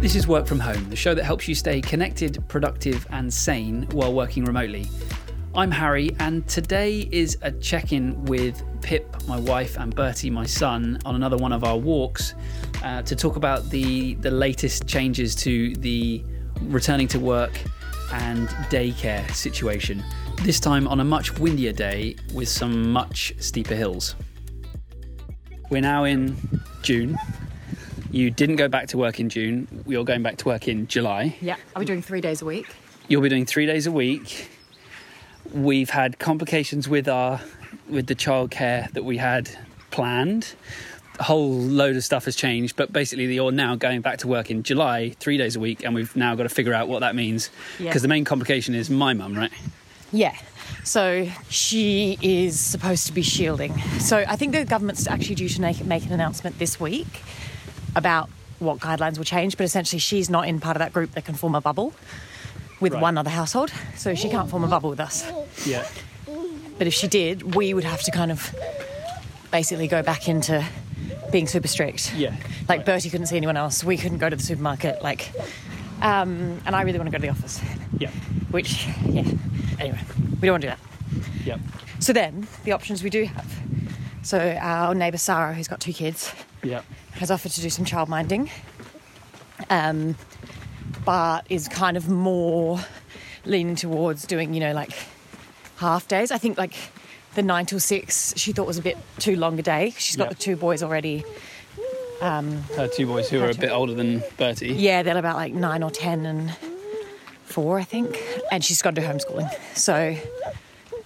This is Work From Home, the show that helps you stay connected, productive, and sane while working remotely. I'm Harry, and today is a check in with Pip, my wife, and Bertie, my son, on another one of our walks uh, to talk about the, the latest changes to the returning to work and daycare situation. This time on a much windier day with some much steeper hills. We're now in June. You didn't go back to work in June. You're going back to work in July. Yeah, I'll be doing three days a week. You'll be doing three days a week. We've had complications with our with the childcare that we had planned. A whole load of stuff has changed, but basically you're now going back to work in July, three days a week, and we've now got to figure out what that means. Because Yeah. the main complication is my mum, right? Yeah. So she is supposed to be shielding. So I think the government's actually due to make, make an announcement this week about what guidelines will change, but essentially she's not in part of that group that can form a bubble with Right. one other household, so she can't form a bubble with us. Yeah. But if she did, we would have to kind of basically go back into being super strict. Yeah. Like Right. Bertie couldn't see anyone else, we couldn't go to the supermarket, like, um, and I really want to go to the office. Yeah. which, yeah, anyway, we don't want to do Yeah. that. So then, the options we do have. So our neighbour Sarah, who's got two kids, Yeah. has offered to do some childminding, um, but is kind of more leaning towards doing, you know, like half days. I think like the nine till six she thought was a bit too long a day. She's got Yeah. the two boys already. Her two boys who are a bit older than Bertie. Yeah, they're about like nine or ten and four, I think. And she's got to do homeschooling. So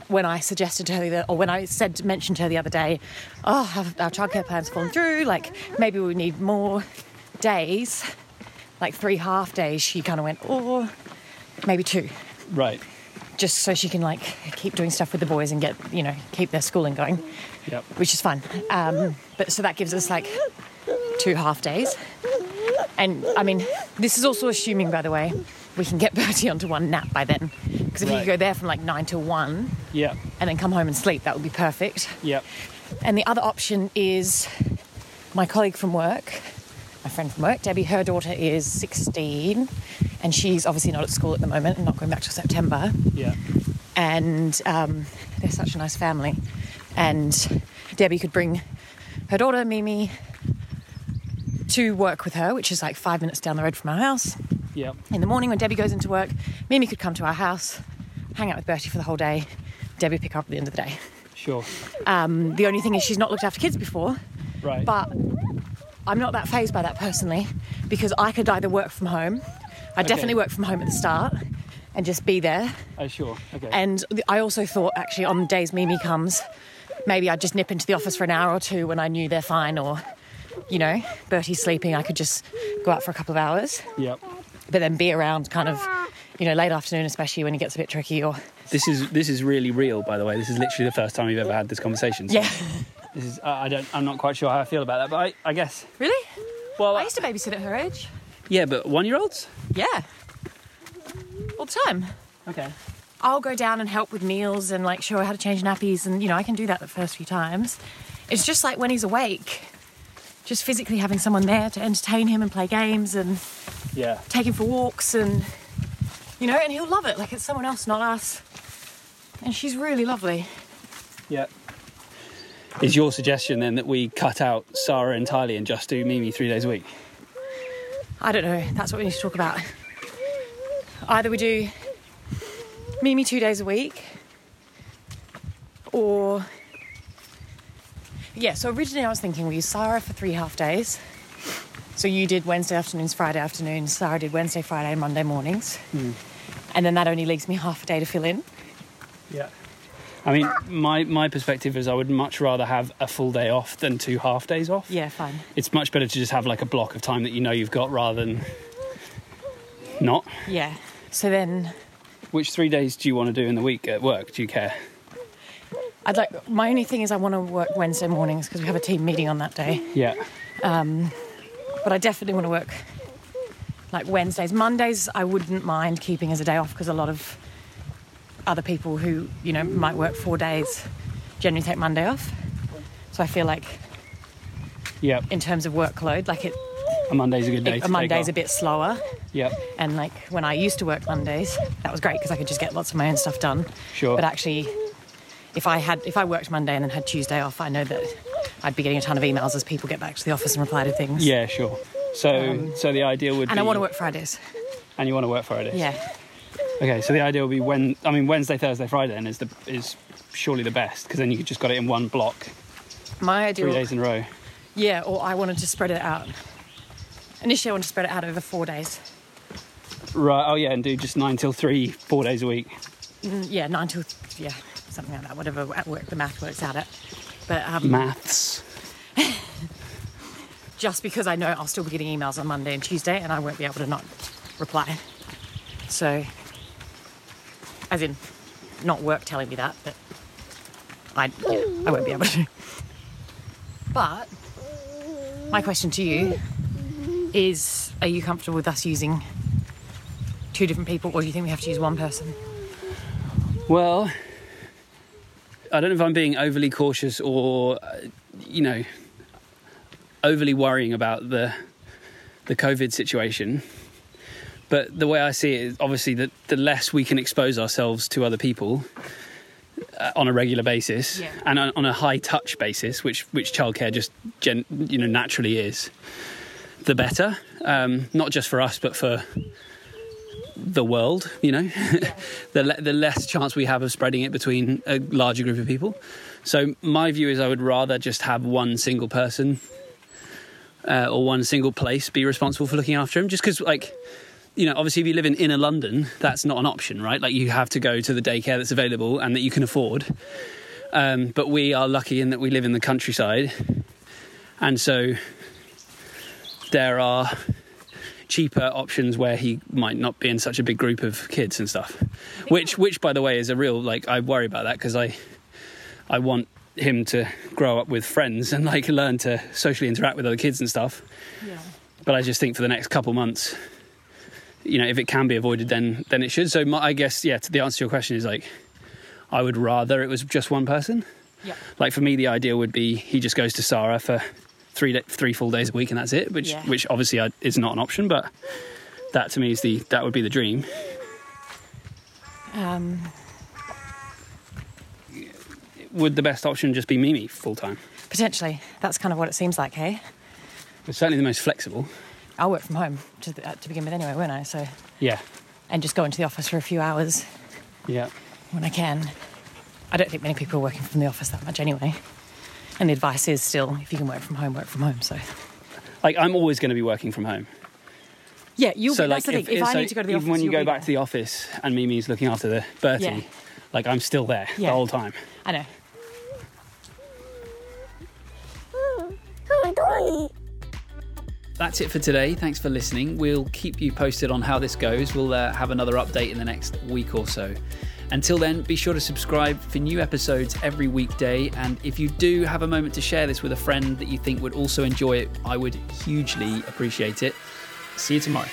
when I suggested to her that, or when I said mentioned to her the other day, oh, our, our childcare plan's fallen through. Like maybe we need more days, like three half days. She kind of went, oh, maybe two, Right. just so she can like keep doing stuff with the boys and get you know keep their schooling going, Yeah. which is fun. Um, but so that gives us like two half days. And I mean, this is also assuming, by the way, we can get Bertie onto one nap by then. Because if you Right. could go there from like nine till one Yeah. and then come home and sleep, that would be perfect. Yeah. And the other option is my colleague from work, my friend from work, Debbie, her daughter is 16 and she's obviously not at school at the moment and not going back till September Yeah. and um, they're such a nice family. And Debbie could bring her daughter Mimi to work with her, which is like five minutes down the road from our house. Yeah. In the morning, when Debbie goes into work, Mimi could come to our house, hang out with Bertie for the whole day. Debbie pick her up at the end of the day. Sure. Um, the only thing is, she's not looked after kids before, Right. but I'm not that phased by that personally because I could either work from home. I definitely work from home at the start and just be there Oh, sure. Okay. and th- I also thought, actually, on the days Mimi comes, maybe I'd just nip into the office for an hour or two when I knew they're fine, or, you know, Bertie's sleeping, I could just go out for a couple of hours, yep. but then be around kind of, you know, late afternoon, especially when it gets a bit tricky, or, This is this is really real, by the way. This is literally the first time we've ever had this conversation. so yeah. This is I I don't I'm not quite sure how I feel about that, but I, I guess Really? well I used to babysit at her age. yeah, but one year olds. Yeah. All the time. Okay. I'll go down and help with meals and like show her how to change nappies, and you know, I can do that the first few times. It's just like when he's awake, just physically having someone there to entertain him and play games and Yeah. take him for walks and you know, and he'll love it. Like it's someone else, not us. And she's really lovely. Yeah. Is your suggestion then that we cut out Sarah entirely and just do Mimi three days a week? I don't know. That's what we need to talk about. Either we do Mimi two days a week, or yeah. So originally I was thinking we use Sarah for three half days. So you did Wednesday afternoons, Friday afternoons. Sarah did Wednesday, Friday, and Monday mornings, and then that only leaves me half a day to fill in. Yeah. I mean, my, my perspective is I would much rather have a full day off than two half days off. Yeah, fine. It's much better to just have like a block of time that you know you've got rather than not. Yeah. So then Which three days do you want to do in the week at work? Do you care? I'd like my only thing is I want to work Wednesday mornings because we have a team meeting on that day. Yeah. But I definitely want to work like Wednesdays. Mondays I wouldn't mind keeping as a day off because a lot of other people who, you know, might work four days generally take Monday off. So I feel like Yeah. in terms of workload, like it I a Monday's a good day. It- to Monday's a take bit slower. off. Yep. And like when I used to work Mondays, that was great because I could just get lots of my own stuff done. Sure. But actually, if I had if I worked Monday and then had Tuesday off, I know that I'd be getting a ton of emails as people get back to the office and reply to things. Yeah, sure. So, so the idea would Um, And be, I want to work Fridays. and you want to work Friday. Yeah. Okay, so the idea would be when I mean Wednesday, Thursday, Friday, then is the is surely the best because then you just got it in one block, My three ideal. days in a row. Yeah. Or I wanted to spread it out. Initially, I wanted to spread it out over four days. Right. Oh yeah, and do just nine till three, four days a week. Mm, Yeah, nine till yeah, something like that. Whatever at work the math works out at. But um, Maths. just because I know I'll still be getting emails on Monday and Tuesday and I won't be able to not reply. So, as in, not work telling me that, but I, yeah, I won't be able to. But my question to you is are you comfortable with us using two different people or do you think we have to use one person? Well, I don't know if I'm being overly cautious or, uh, you know, overly worrying about the the COVID situation. But the way I see it is obviously that the less we can expose ourselves to other people uh, on a regular basis Yeah. and on, on a high touch basis, which which childcare just gen, you know naturally is, the better. Um, not just for us, but for the world, you know, the, le- the less chance we have of spreading it between a larger group of people. So, my view is I would rather just have one single person uh, or one single place be responsible for looking after him, just because, like, you know, obviously, if you live in inner London, that's not an option, right? Like, you have to go to the daycare that's available and that you can afford. Um, but we are lucky in that we live in the countryside, and so there are cheaper options where he might not be in such a big group of kids and stuff. Which, which by the way, is a real like I worry about that because I, I want him to grow up with friends and like learn to socially interact with other kids and stuff. Yeah. But I just think for the next couple months, you know, if it can be avoided, then then it should. So my, I guess yeah, to the answer to your question is like, I would rather it was just one person. Yeah. Like for me, the idea would be he just goes to Sarah for three da three full days a week, and that's it. Which Yeah. which obviously I, is not an option, but that to me is the that would be the dream. Um, Would the best option just be Mimi full time? potentially. That's kind of what it seems like, hey? It's certainly the most flexible. I work from home to, the, uh, to begin with anyway, won't I? So, Yeah, and just go into the office for a few hours yeah, when I can. I don't think many people are working from the office that much anyway. And the advice is still, if you can work from home, work from home. So, like I'm always going to be working from home. yeah, you'll be, that's the if, thing. If I so need to go to the even office, when you you'll go be back to there. the office and Mimi's looking after the Bertie, Yeah. like I'm still there Yeah. the whole time. I know. That's it for today. Thanks for listening. We'll keep you posted on how this goes. We'll uh, have another update in the next week or so. Until then, be sure to subscribe for new episodes every weekday. And if you do have a moment to share this with a friend that you think would also enjoy it, I would hugely appreciate it. See you tomorrow.